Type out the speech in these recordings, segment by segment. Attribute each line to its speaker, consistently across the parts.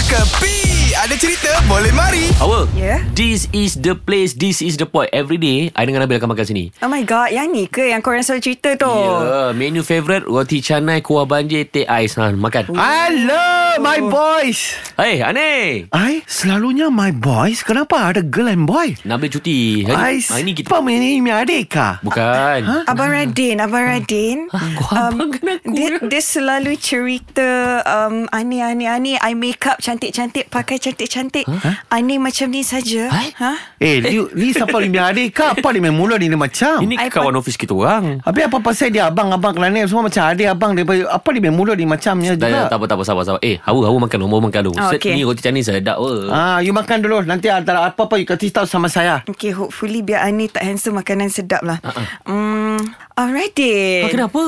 Speaker 1: Kepi Ada cerita boleh mari
Speaker 2: Awal
Speaker 3: Ya?
Speaker 2: This is the place This is the point Every day I dengan Nabil akan makan sini
Speaker 3: Oh my god, yang ni ke yang korang selalu cerita tu?
Speaker 4: Oh.
Speaker 2: yeah, Menu favourite Roti canai Kuah banjir Teh ais ha, Makan
Speaker 4: Hello, my boys.
Speaker 2: Hey Ane
Speaker 4: I selalunya my boys. Kenapa ada girl and boy?
Speaker 2: Nabil cuti
Speaker 4: I
Speaker 2: Hari, hari ni kita
Speaker 4: Apa ini mi adik kah?
Speaker 2: Bukan
Speaker 4: Ha?
Speaker 3: Abang Radin, Abang Radin. Um,
Speaker 2: Kau abang kan aku
Speaker 3: Dia, dia selalu cerita um, Ani, Ani, Ani I make up cantik-cantik Pakai cantik-cantik Ani macam ni saja
Speaker 2: Hai?
Speaker 3: ha?
Speaker 4: Eh, ni, ni siapa ni mi adik kah? Apa ni main mula ni dia macam?
Speaker 2: Ini
Speaker 3: I
Speaker 2: kawan office kita orang
Speaker 4: Habis apa pasal dia abang-abang kelana semua macam adik abang dia apa dia main mula ni macamnya
Speaker 2: Dah, dah,
Speaker 4: juga. Oh,
Speaker 2: tak apa, tak apa, sabar, sabar. Eh, hawa, hawa makan, hawa makan dulu.
Speaker 3: Ah,
Speaker 2: Set
Speaker 3: okey.
Speaker 2: Ni roti canai sedap. Oh.
Speaker 4: Ah, you makan dulu. Nanti antara apa-apa you kasih tahu sama saya.
Speaker 3: Okay, hopefully biar Ani tak handsome Makanan sedap lah Hmm, Alright Radin
Speaker 2: Ah, Uh-uh. kenapa?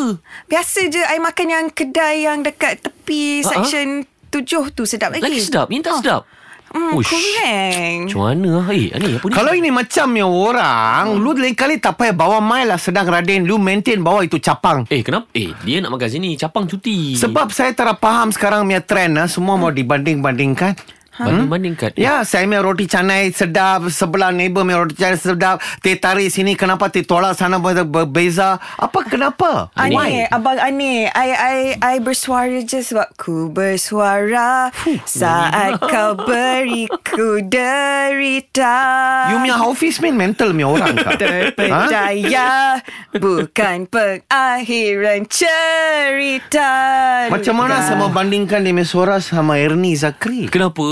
Speaker 3: Biasa je I makan yang kedai Yang dekat tepi
Speaker 2: Ah, ah.
Speaker 3: Section tujuh tu sedap
Speaker 4: Eh.
Speaker 3: lagi
Speaker 2: Lagi sedap, ini tak sedap.
Speaker 4: Ah.
Speaker 3: Hmm,
Speaker 2: Uish.
Speaker 3: kurang
Speaker 2: Macam mana? Eh, Ani, apa ni?
Speaker 4: Kalau ini macam yang orang, lu lain kali tak payah bawa mai lah sedang Raden. Lu maintain bawa itu capang.
Speaker 2: Eh, kenapa? Eh, dia nak makan sini. Capang cuti.
Speaker 4: Sebab saya tak faham sekarang punya trend lah. Semua
Speaker 2: Hmm.
Speaker 4: mau dibanding-bandingkan.
Speaker 2: Banding-bandingkan.
Speaker 4: Ya, saya punya roti canai sedap. Sebelah neighbor punya roti canai sedap. Teh tarik sini kenapa teh tolak sana ber- berbeza. Apa kenapa?
Speaker 3: Ani,
Speaker 4: Why?
Speaker 3: abang Ani, I I I bersuara je sebab ku bersuara saat kau beri ku derita.
Speaker 4: You punya office main mental punya orang kah? ha?
Speaker 3: Percaya bukan pengakhiran cerita.
Speaker 4: Macam mana
Speaker 3: Dah.
Speaker 4: sama bandingkan dia punya suara sama Ernie Zakri?
Speaker 2: Eh, Kenapa?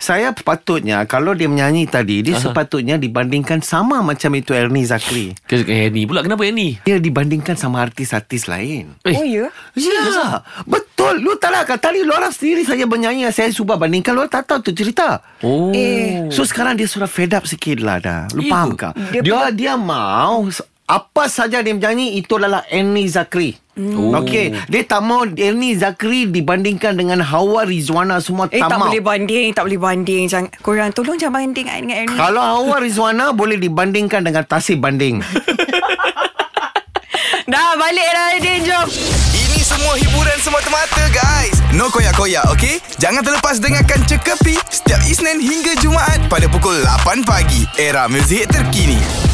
Speaker 4: Saya patutnya kalau dia menyanyi tadi, dia sepatutnya dibandingkan sama macam itu Ernie Zakri.
Speaker 2: Kenapa ni pula? Kenapa yang ni?
Speaker 4: Dia dibandingkan sama artis-artis lain.
Speaker 2: Eh,
Speaker 3: Oh ya.
Speaker 4: Ya, betul. Lu tak nak kata ni, lu orang sendiri saja bernyanyi yang saya subah bandingkan. Lu orang tak tahu tu cerita.
Speaker 2: Oh.
Speaker 3: Eh.
Speaker 4: So sekarang dia sudah fed up sikit lah dah. Lu
Speaker 2: Iya
Speaker 4: faham
Speaker 2: ke?
Speaker 4: kah?
Speaker 3: Dia
Speaker 4: Dia, dia, mau s- apa saja dia menyanyi itu adalah Ernie Zakri.
Speaker 2: Oh.
Speaker 4: Hmm. Okey, dia tak mau Ernie Zakri dibandingkan dengan Hawa Rizwana semua
Speaker 3: Eh
Speaker 4: tak,
Speaker 3: tak
Speaker 4: mau.
Speaker 3: boleh banding, tak boleh banding. Jangan korang tolong jangan banding I dengan Ernie.
Speaker 4: Kalau Hawa Rizwana boleh dibandingkan dengan Tasih Banding.
Speaker 3: Dah balik dah Radin, jom.
Speaker 1: Ini semua hiburan semata-mata guys No koyak-koyak ok Jangan terlepas dengarkan Cekapi Setiap Isnin hingga Jumaat Pada pukul 8 pagi Era muzik terkini